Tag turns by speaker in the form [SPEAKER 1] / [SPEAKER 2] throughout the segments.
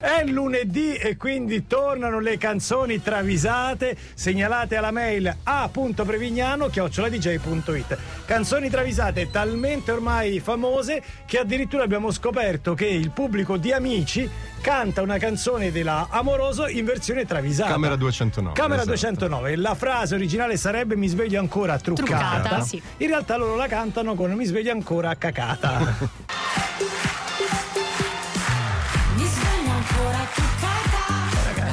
[SPEAKER 1] È lunedì e quindi tornano le canzoni travisate segnalate alla mail a.prevignano.it Canzoni travisate talmente ormai famose che addirittura abbiamo scoperto che il pubblico di Amici canta una canzone della Amoroso in versione travisata.
[SPEAKER 2] Camera 209.
[SPEAKER 1] Camera
[SPEAKER 2] esatto.
[SPEAKER 1] 209. La frase originale sarebbe mi sveglio ancora truccata.
[SPEAKER 3] Truccata, sì.
[SPEAKER 1] In realtà loro la cantano con mi sveglio ancora cacata.
[SPEAKER 4] Mi sveglio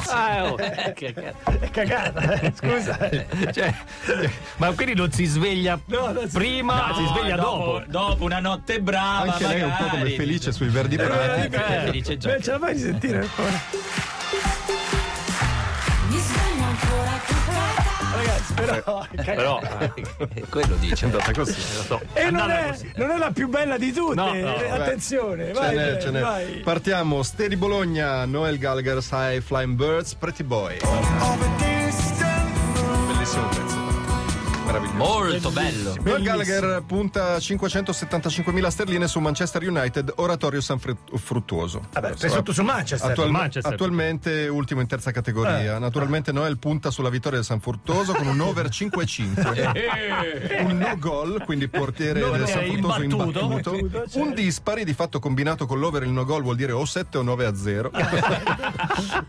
[SPEAKER 4] ancora truccata.
[SPEAKER 5] Ah, oh,
[SPEAKER 6] eh,
[SPEAKER 5] che cazzo.
[SPEAKER 1] cacata, eh, scusa.
[SPEAKER 5] Cioè, cioè, ma quindi non si sveglia
[SPEAKER 1] No, non si-
[SPEAKER 5] prima, si sveglia dopo.
[SPEAKER 6] Dopo una notte brava,
[SPEAKER 2] Anche lei è un po' come
[SPEAKER 6] magari.
[SPEAKER 2] felice sui verdi prati.
[SPEAKER 5] Ah, eh,
[SPEAKER 6] felice
[SPEAKER 1] Beh, ce la fai sentire ancora?
[SPEAKER 4] Mi sveglio ancora truccata.
[SPEAKER 1] Ragazzi, però. cioè,
[SPEAKER 5] Però eh, quello dice.
[SPEAKER 2] È andata così.
[SPEAKER 1] E non
[SPEAKER 5] andata
[SPEAKER 1] è, non è la più bella di tutte.
[SPEAKER 5] No, no,
[SPEAKER 1] eh, Attenzione,
[SPEAKER 2] Ce
[SPEAKER 1] vai.
[SPEAKER 2] n'è,
[SPEAKER 1] vai,
[SPEAKER 2] ce n'è.
[SPEAKER 1] vai.
[SPEAKER 2] Partiamo, Ste di Bologna, Noel Gallagher's High Flying Birds, Pretty Boy. Bellissimo pezzo. Meraviglioso.
[SPEAKER 6] Molto bello.
[SPEAKER 2] Noel Gallagher punta 575.000 sterline su Manchester United, oratorio San Fre- Fruttuoso.
[SPEAKER 1] Vabbè, sei sotto su Manchester.
[SPEAKER 2] Attual-
[SPEAKER 5] Manchester.
[SPEAKER 2] Attualmente ultimo in terza categoria. Naturalmente Noel punta sulla vittoria del San Fruttuoso con un over
[SPEAKER 6] Eh,
[SPEAKER 2] 5-5. un no gol, quindi portiere
[SPEAKER 5] No,
[SPEAKER 2] del
[SPEAKER 5] no,
[SPEAKER 2] San
[SPEAKER 5] è
[SPEAKER 2] Fruttuoso
[SPEAKER 5] imbattuto.
[SPEAKER 2] imbattuto.
[SPEAKER 1] Imbattuto,
[SPEAKER 2] Un dispari di fatto combinato con l'over e il no gol vuol dire o 7 o 9 a 0.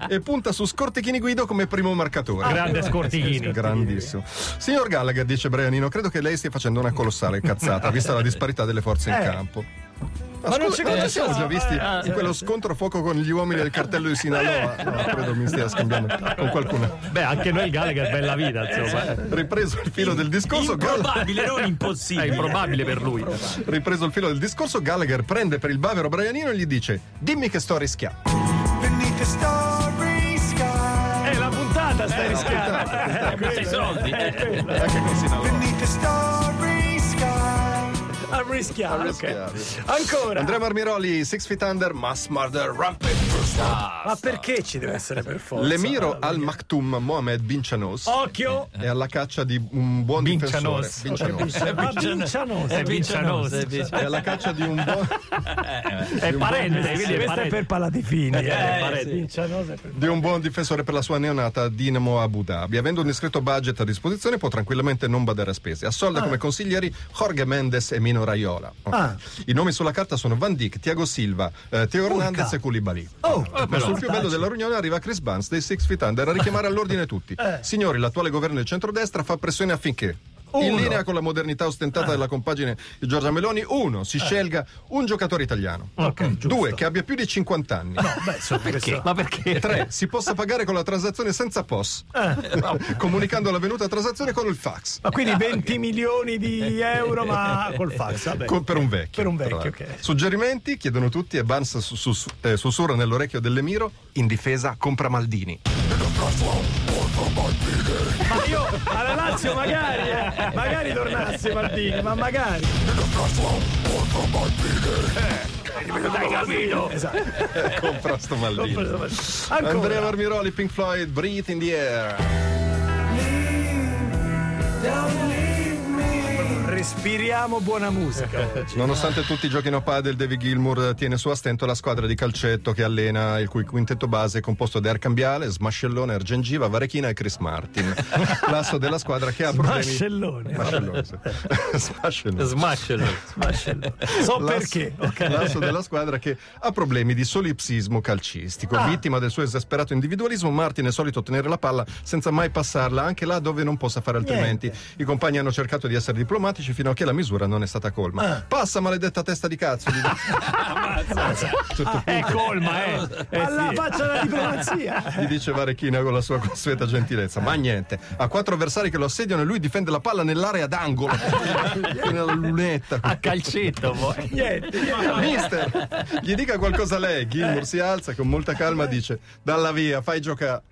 [SPEAKER 2] e punta su Scortichini Guido come primo
[SPEAKER 1] Ah,
[SPEAKER 2] marcatore.
[SPEAKER 5] Grande Scortichini.
[SPEAKER 2] Grandissimo. Signor Gallagher, dice Brianino, credo che lei stia facendo una colossale cazzata, vista la disparità delle forze in
[SPEAKER 1] Eh.
[SPEAKER 2] campo.
[SPEAKER 1] Ma non
[SPEAKER 2] scusa,
[SPEAKER 1] ci conosciamo.
[SPEAKER 2] ci siamo già visti
[SPEAKER 1] Eh,
[SPEAKER 2] in quello scontro fuoco con gli uomini del cartello di Sinaloa. No, credo mi stia scambiando con qualcuno.
[SPEAKER 5] Beh, anche noi il Gallagher è bella vita,
[SPEAKER 1] Eh,
[SPEAKER 5] insomma.
[SPEAKER 2] Ripreso il filo del discorso, Gall-
[SPEAKER 6] Improbabile, non
[SPEAKER 5] È
[SPEAKER 6] impossibile.
[SPEAKER 5] improbabile per lui.
[SPEAKER 2] ripreso il filo del discorso, Gallagher prende per il bavero Brianino e gli dice: Dimmi che sto rischiando.
[SPEAKER 1] È eh, la puntata, stai rischiando.
[SPEAKER 6] Questi soldi. eh.
[SPEAKER 2] Anche con Sinaloa.
[SPEAKER 1] A rischiare. ok.
[SPEAKER 2] rischiare.
[SPEAKER 1] Ancora.
[SPEAKER 2] Andrea Marmiroli, Six Feet Under, Mass Murder, Rampage.
[SPEAKER 1] Ma perché ci deve essere per forza? Oh.
[SPEAKER 2] L'emiro
[SPEAKER 1] Allora,
[SPEAKER 2] al Maktoum Mohamed Bin Chanos.
[SPEAKER 1] Occhio.
[SPEAKER 2] è alla caccia di un buon difensore.
[SPEAKER 5] Vincianos.
[SPEAKER 2] Vincianos.
[SPEAKER 1] Ah, Vincianosa.
[SPEAKER 5] È vincianoso.
[SPEAKER 6] Vincianoso,
[SPEAKER 5] È
[SPEAKER 2] È alla caccia di un buon
[SPEAKER 5] parente, quindi
[SPEAKER 1] Questa
[SPEAKER 5] è
[SPEAKER 1] è per
[SPEAKER 5] parente.
[SPEAKER 1] Paladifini.
[SPEAKER 5] Eh,
[SPEAKER 1] Eh,
[SPEAKER 5] sì.
[SPEAKER 1] Vincianosa è per
[SPEAKER 2] di un buon difensore per la sua neonata Dinamo Abu Dhabi. Avendo un discreto budget a disposizione, può tranquillamente non badare a spese. Assolda come consiglieri Jorge Mendes e Mino Raiola. Ok.
[SPEAKER 1] Ah.
[SPEAKER 2] I nomi sulla carta sono Van Dijk, Tiago Silva, eh, Teo Hernandez e Koulibaly.
[SPEAKER 1] Oh,
[SPEAKER 2] Ma sul più bello della riunione arriva Chris Barnes dei Six Feet Under a richiamare all'ordine tutti.
[SPEAKER 1] Eh.
[SPEAKER 2] Signori, l'attuale governo del centrodestra fa pressione affinché. In
[SPEAKER 1] Uno. Eh.
[SPEAKER 2] linea con la modernità ostentata della compagine di Giorgia Meloni, uno, si scelga un giocatore italiano. Mm. Due, che abbia più di 50 anni.
[SPEAKER 5] Perché? Ma perché?
[SPEAKER 2] Tre, si possa pagare con la transazione senza POS,
[SPEAKER 1] Eh,
[SPEAKER 2] comunicando la venuta transazione con il fax.
[SPEAKER 1] Ma quindi 20 milioni di euro, ma col fax. Vabbè.
[SPEAKER 2] Co- per un vecchio.
[SPEAKER 1] Per un vecchio,
[SPEAKER 2] tra l'altro.
[SPEAKER 1] ok.
[SPEAKER 2] Suggerimenti chiedono tutti e Barnes sus- sus- eh, sussurra nell'orecchio dell'Emiro: in difesa compra Maldini.
[SPEAKER 1] Ma io alla Lazio magari, eh, magari tornasse Martini, ma magari. Dai capito! Esatto.
[SPEAKER 2] compra sto Maldini. Andrea
[SPEAKER 1] Ancora.
[SPEAKER 2] Marmiroli, Pink Floyd, Breathe in the Air.
[SPEAKER 1] Respiriamo buona musica oggi.
[SPEAKER 2] Nonostante tutti giochino a padel, David Gilmour tiene su a stento la squadra di calcetto che allena, il cui quintetto base è composto da Ercambiale, Smascellone, Ergengiva, Varechina e Chris Martin. L'asso della squadra che ha problemi...
[SPEAKER 1] Mascellone.
[SPEAKER 2] Smascellone. sì. Smascellone.
[SPEAKER 5] Smascelo.
[SPEAKER 1] So
[SPEAKER 2] L'asso-
[SPEAKER 1] perché. ok.
[SPEAKER 2] L'asso della squadra che ha problemi di solipsismo calcistico.
[SPEAKER 1] Ah.
[SPEAKER 2] Vittima del suo esasperato individualismo, Martin è solito tenere la palla senza mai passarla, anche là dove non possa fare altrimenti. I compagni hanno cercato di essere diplomatici fino a che la misura non è stata colma.
[SPEAKER 1] Ah.
[SPEAKER 2] Passa, maledetta testa di cazzo! gli dice-
[SPEAKER 5] È colma, eh. eh
[SPEAKER 1] Alla
[SPEAKER 5] sì.
[SPEAKER 1] faccia della diplomazia.
[SPEAKER 2] gli dice Varechina con la sua consueta gentilezza. Ma niente, ha quattro avversari che lo assediano e lui difende la palla nell'area d'angolo. nella lunetta.
[SPEAKER 5] A calcetto poi.
[SPEAKER 1] Niente.
[SPEAKER 2] Mister, gli dica qualcosa lei. Gilmour si alza e con molta calma dice: Dalla via, fai giocare.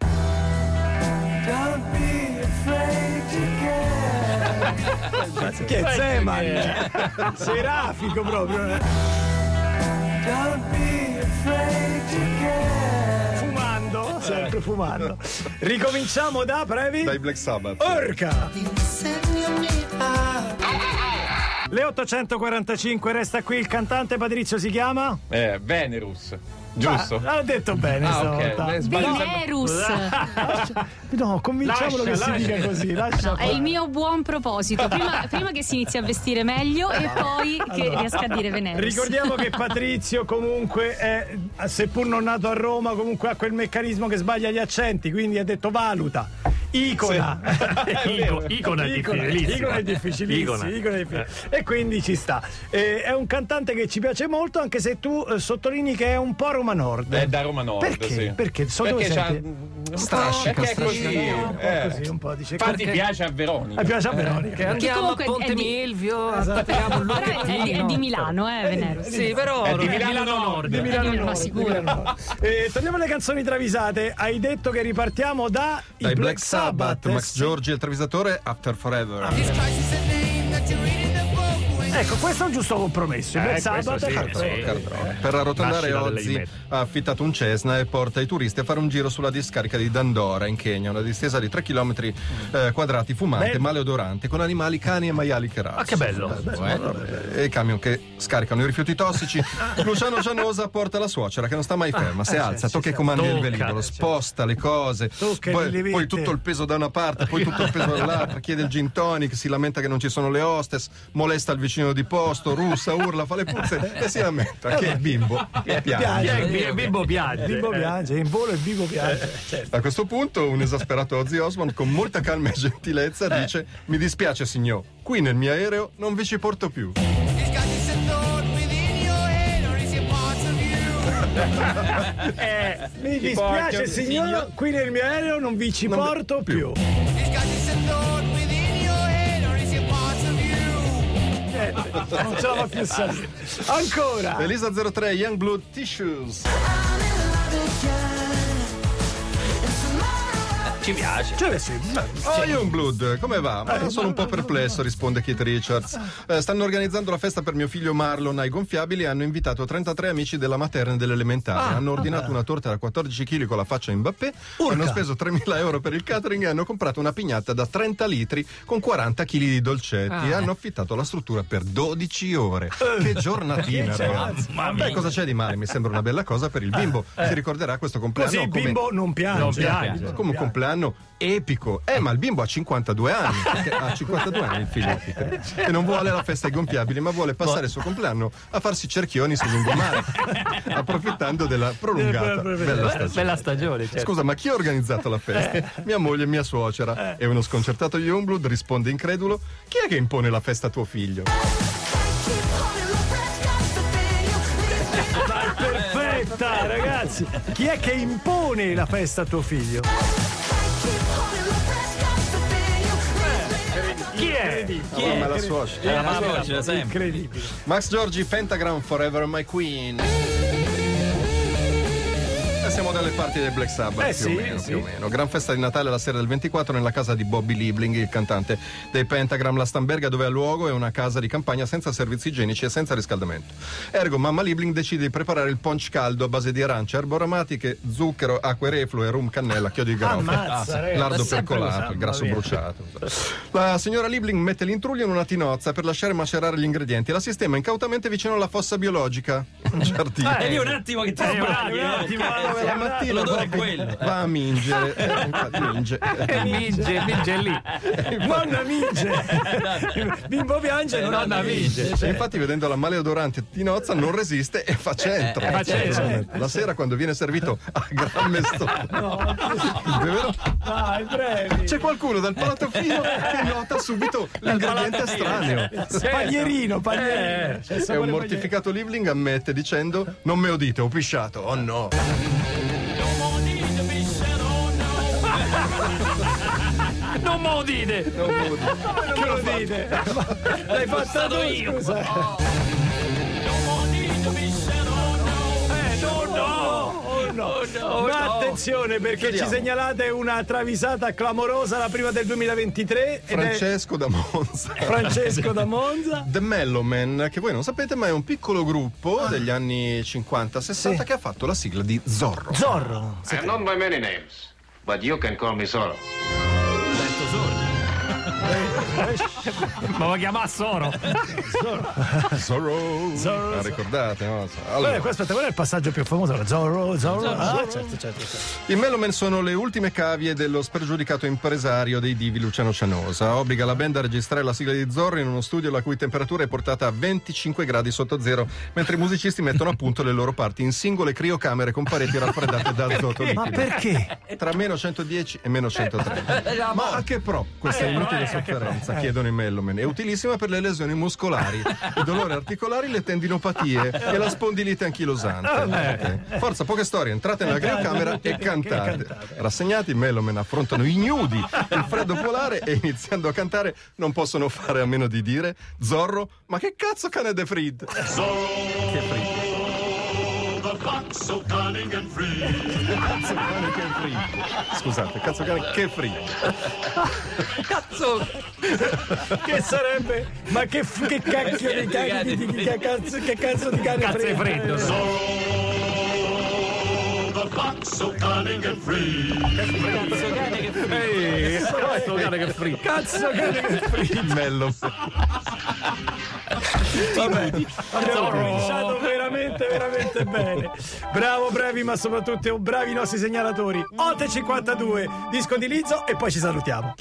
[SPEAKER 1] Che Zeman. Serafico proprio. eh. Fumando, sempre fumando. Ricominciamo da Previ.
[SPEAKER 2] Dai Black Sabbath.
[SPEAKER 1] Orca.
[SPEAKER 4] Insegnami a
[SPEAKER 1] Le 845 resta qui il cantante Patrizio si chiama?
[SPEAKER 3] Eh, Venerus, giusto?
[SPEAKER 1] Ah, l'ha detto bene
[SPEAKER 3] Ah, ok.
[SPEAKER 1] stavolta.
[SPEAKER 3] Beh, sbaglio sempre.
[SPEAKER 7] Venerus.
[SPEAKER 1] No, convinciamolo che
[SPEAKER 5] Lascia,
[SPEAKER 1] si
[SPEAKER 5] lascia.
[SPEAKER 1] dica così. Lascia
[SPEAKER 7] No, è il mio buon proposito. Prima, prima che si inizi a vestire meglio e poi che riesca a dire Venerus.
[SPEAKER 1] Ricordiamo che Patrizio comunque è, seppur non nato a Roma, comunque ha quel meccanismo che sbaglia gli accenti, quindi ha detto valuta. Icona.
[SPEAKER 5] Ico- Icona è difficilissimo.
[SPEAKER 1] Icona è difficilissimo.
[SPEAKER 5] Icona.
[SPEAKER 1] Icona è difficile. E quindi ci sta. Eh, è un cantante che ci piace molto, anche se tu eh, sottolinei che è un po' Roma Nord.
[SPEAKER 3] È da Roma Nord,
[SPEAKER 1] Perché?
[SPEAKER 3] sì.
[SPEAKER 1] Perché? So
[SPEAKER 3] Perché
[SPEAKER 1] dove
[SPEAKER 3] c'ha-
[SPEAKER 1] senti?
[SPEAKER 3] mm,
[SPEAKER 2] Strascica,
[SPEAKER 3] Perché è così.
[SPEAKER 1] Eh, un po'
[SPEAKER 3] eh.
[SPEAKER 1] così, un po' dice.
[SPEAKER 3] Infatti
[SPEAKER 1] perché-
[SPEAKER 3] piace a Veronica.
[SPEAKER 1] Eh, piace a Veronica.
[SPEAKER 8] Che andiamo a
[SPEAKER 7] comunque è
[SPEAKER 8] Ponte
[SPEAKER 7] di- Esatto.
[SPEAKER 8] Milvio, attacchiamo il
[SPEAKER 7] Però è, è di, è di
[SPEAKER 8] locatino.
[SPEAKER 7] Milano, eh, Venerus.
[SPEAKER 8] Sì, però
[SPEAKER 3] È di
[SPEAKER 8] non-
[SPEAKER 3] Milano
[SPEAKER 5] Nord.
[SPEAKER 1] Di Milano
[SPEAKER 7] Eh, ma
[SPEAKER 1] Nord, di
[SPEAKER 7] sicuro.
[SPEAKER 1] Milano Nord. Eh, torniamo alle canzoni travisate. Hai detto che ripartiamo da i
[SPEAKER 2] Dai Black Sabbath,
[SPEAKER 1] eh,
[SPEAKER 2] Max
[SPEAKER 1] sì.
[SPEAKER 2] Giorgi e il travisatore, After Forever.
[SPEAKER 1] Ecco, questo è un giusto compromesso. I Black
[SPEAKER 5] Eh, questo
[SPEAKER 1] Sabbath
[SPEAKER 5] sì,
[SPEAKER 1] Cartro-
[SPEAKER 5] sì.
[SPEAKER 2] Cartrone. Per arrotondare
[SPEAKER 5] Nascita delle
[SPEAKER 2] Ozzy
[SPEAKER 5] Imet.
[SPEAKER 2] ha affittato un Cessna e porta i turisti a fare un giro sulla discarica di Dandora in Kenya, una distesa di 3 km quadrati fumante,
[SPEAKER 1] Bello.
[SPEAKER 2] maleodorante, con animali cani e maiali che razzo.
[SPEAKER 5] Ah, che bello.
[SPEAKER 2] E i camion che scaricano i rifiuti tossici. Luciano Gianosa porta la suocera che non sta mai ferma, si alza, tocca i comandi del
[SPEAKER 5] Tocca,
[SPEAKER 2] velivolo,
[SPEAKER 5] eh,
[SPEAKER 2] sposta le cose,
[SPEAKER 1] Tocca le
[SPEAKER 2] poi,
[SPEAKER 1] levette.
[SPEAKER 2] poi tutto il peso da una parte, poi tutto il peso dall'altra, chiede il gin tonic, si lamenta che non ci sono le hostess, molesta il vicino di posto, russa, urla, fa le puzze e si lamenta che il bimbo e piange.
[SPEAKER 1] Piange.
[SPEAKER 5] Eh, Bi- Bimbo piange.
[SPEAKER 1] Bimbo
[SPEAKER 5] Eh,
[SPEAKER 1] piange, in volo e Bibo piange. certo.
[SPEAKER 2] A questo punto un esasperato Ozzy Osbourne con molta calma e gentilezza dice mi dispiace signor, qui nel mio aereo non vi ci porto più.
[SPEAKER 1] Mi
[SPEAKER 3] porti
[SPEAKER 1] dispiace,
[SPEAKER 3] ogni-
[SPEAKER 1] signora, qui nel mio aereo non vi ci
[SPEAKER 2] Non vi-
[SPEAKER 1] porto più.
[SPEAKER 2] più.
[SPEAKER 1] Niente, Eh, non ce la fa più salire. Ancora.
[SPEAKER 2] Elisa 03 Young Blood Tissues.
[SPEAKER 6] Ci piace.
[SPEAKER 1] Cioè, sì, ma-
[SPEAKER 2] Oh, Youngblood, come va?
[SPEAKER 1] Eh,
[SPEAKER 2] Ma sono un po' perplesso, risponde Keith Richards. Eh, stanno organizzando la festa per mio figlio Marlon ai gonfiabili e hanno invitato 33 amici della materna e dell'elementare.
[SPEAKER 1] Ah,
[SPEAKER 2] hanno ordinato una torta da 14 kg con la faccia in Mbappé, hanno speso 3.000 euro per il catering e hanno comprato una pignata da 30 litri con 40 kg di dolcetti e
[SPEAKER 1] Ah.
[SPEAKER 2] hanno affittato la struttura per 12 ore. Che giornatina,
[SPEAKER 1] Eh. Che cioè,
[SPEAKER 2] ragazzi.
[SPEAKER 5] Mamma
[SPEAKER 2] Beh,
[SPEAKER 5] mia.
[SPEAKER 2] cosa c'è di male? Mi sembra una bella cosa per il bimbo. Si ricorderà questo compleanno
[SPEAKER 1] Eh. così il
[SPEAKER 2] come-
[SPEAKER 1] bimbo non piange.
[SPEAKER 5] Non piange.
[SPEAKER 1] Non
[SPEAKER 2] come un
[SPEAKER 1] piange.
[SPEAKER 2] compleanno epico. Eh, ma il bimbo ha 52 anni. perché ha 52 anni il figlio. di Peter. E non vuole la festa ai gonfiabili, ma vuole passare il suo compleanno a farsi cerchioni sul lungomare, approfittando della prolungata bella
[SPEAKER 5] Bella,
[SPEAKER 2] stagione.
[SPEAKER 5] stagione, certo.
[SPEAKER 2] Scusa, ma chi ha organizzato la festa? Mia moglie e mia suocera. E uno sconcertato Youngblood risponde incredulo: Chi è che impone la festa a tuo figlio?
[SPEAKER 1] Perfetta, ragazzi. Chi è che impone la festa a tuo figlio?
[SPEAKER 5] Chi è?
[SPEAKER 2] Chi è? la suocera.
[SPEAKER 6] Era la voce, sempre.
[SPEAKER 1] Incredibile.
[SPEAKER 2] Max Giorgi, Pentagram Forever My Queen. Eh, Siamo dalle parti del Black Sabbath,
[SPEAKER 1] Eh
[SPEAKER 2] più,
[SPEAKER 1] sì,
[SPEAKER 2] o meno,
[SPEAKER 1] sì.
[SPEAKER 2] più o meno. Gran festa di Natale la sera del 24 nella casa di Bobby Liebling, il cantante dei Pentagram. La Stamberga, dove ha luogo, è una casa di campagna senza servizi igienici e senza riscaldamento. Ergo, mamma Liebling decide di preparare il punch caldo a base di arance, arboromatiche, zucchero, acque reflue, rum, cannella, chiodi di garofano.
[SPEAKER 1] Ammazza, ragazzi.
[SPEAKER 2] Lardo
[SPEAKER 1] Sempre
[SPEAKER 2] percolato,
[SPEAKER 1] usato,
[SPEAKER 2] il grasso
[SPEAKER 1] mamma mia.
[SPEAKER 2] bruciato. La signora Liebling mette l'intruglio in una tinozza per lasciare macerare gli ingredienti e la sistema incautamente vicino alla fossa biologica. Un giardino.
[SPEAKER 6] E lì un attimo che ti
[SPEAKER 5] Eh, bravi,
[SPEAKER 6] sbraghi.
[SPEAKER 5] un
[SPEAKER 6] eh.
[SPEAKER 5] attimo.
[SPEAKER 2] Allora, la mattina
[SPEAKER 6] l'odore è
[SPEAKER 2] Bobby
[SPEAKER 6] quello.
[SPEAKER 2] va a mingere. Eh, infatti, minge.
[SPEAKER 5] Minge, minge lì.
[SPEAKER 1] Nonna vince. Bimbo piange, nonna
[SPEAKER 5] Nonna minge.
[SPEAKER 2] E infatti, vedendo la maleodorante tinozza, non resiste e fa centro. Cioè,
[SPEAKER 5] eh, fa centro.
[SPEAKER 2] La sera, quando viene servito a gran mestone, Vero?
[SPEAKER 1] Dai, brevi.
[SPEAKER 2] c'è qualcuno dal palato fino che nota subito l'ingrediente estraneo.
[SPEAKER 1] Paglierino, paglierino. C'è
[SPEAKER 2] E un
[SPEAKER 1] sapore
[SPEAKER 2] mortificato Livling ammette dicendo: Non me udite, ho pisciato. Oh no.
[SPEAKER 5] Non maudite!
[SPEAKER 1] paglierino. Che lo dite? Ma L'hai fatta tu, scusa. Eh, no, no. Oh, no. Ma attenzione perché
[SPEAKER 2] Chiudiamo.
[SPEAKER 1] ci segnalate una travisata clamorosa la prima del 2023 ed
[SPEAKER 2] Francesco da Monza.
[SPEAKER 1] è Francesco da Monza.
[SPEAKER 2] The Mellow Man, che voi non sapete, ma è un piccolo gruppo degli anni 50-60
[SPEAKER 1] Sì.
[SPEAKER 2] che ha fatto la sigla di Zorro.
[SPEAKER 1] Zorro.
[SPEAKER 9] I'm known by many names, but you can call me Zorro.
[SPEAKER 6] Alberto Sordi.
[SPEAKER 5] Ma lo chiamava Soro.
[SPEAKER 2] Zorro.
[SPEAKER 1] Zorro.
[SPEAKER 2] La ricordate, no?
[SPEAKER 1] Guarda,
[SPEAKER 2] Allora,
[SPEAKER 1] qua, aspetta, qual è il passaggio più famoso? Zorro, Zorro. ah,
[SPEAKER 6] certo, certo.
[SPEAKER 2] I Meloman sono le ultime cavie dello spregiudicato impresario dei divi Luciano Cianosa. Obbliga la band a registrare la sigla di Zorro in uno studio la cui temperatura è portata a 25 gradi sotto zero, mentre i musicisti mettono a punto le loro parti in singole criocamere con pareti raffreddate da azoto
[SPEAKER 1] Ma
[SPEAKER 2] liquido.
[SPEAKER 1] perché?
[SPEAKER 2] Tra meno 110 e meno 130. Ma a che pro questa
[SPEAKER 5] Eh,
[SPEAKER 2] inutile
[SPEAKER 5] eh, a che pro?
[SPEAKER 2] sofferenza, chiedono i Mellomen. È utilissima per le lesioni muscolari, i dolori articolari, le tendinopatie e la spondilite anchilosante. Ok. Forza, poche storie, entrate nella criocamera e cantate. Rassegnati, i Mellomen affrontano ignudi il freddo polare e iniziando a cantare non possono fare a meno di dire Zorro, ma che cazzo cane de Fried? Che Fried? Cazzo cane che Fried. Scusate, cazzo cane che Fried.
[SPEAKER 1] Che sarebbe? Ma che, f- che cacchio di cacchio di, di- di- che cazzo, che cazzo di cane
[SPEAKER 5] Cazzo è
[SPEAKER 1] freddo?
[SPEAKER 5] freddo. Ehi, questo cane che frigge.
[SPEAKER 1] Cazzo cane che
[SPEAKER 2] Il Melloman.
[SPEAKER 1] Abbiamo cominciato veramente, veramente bene. Bravo, bravi, ma soprattutto bravi i nostri segnalatori. 8.52, disco di Lizzo e poi ci salutiamo.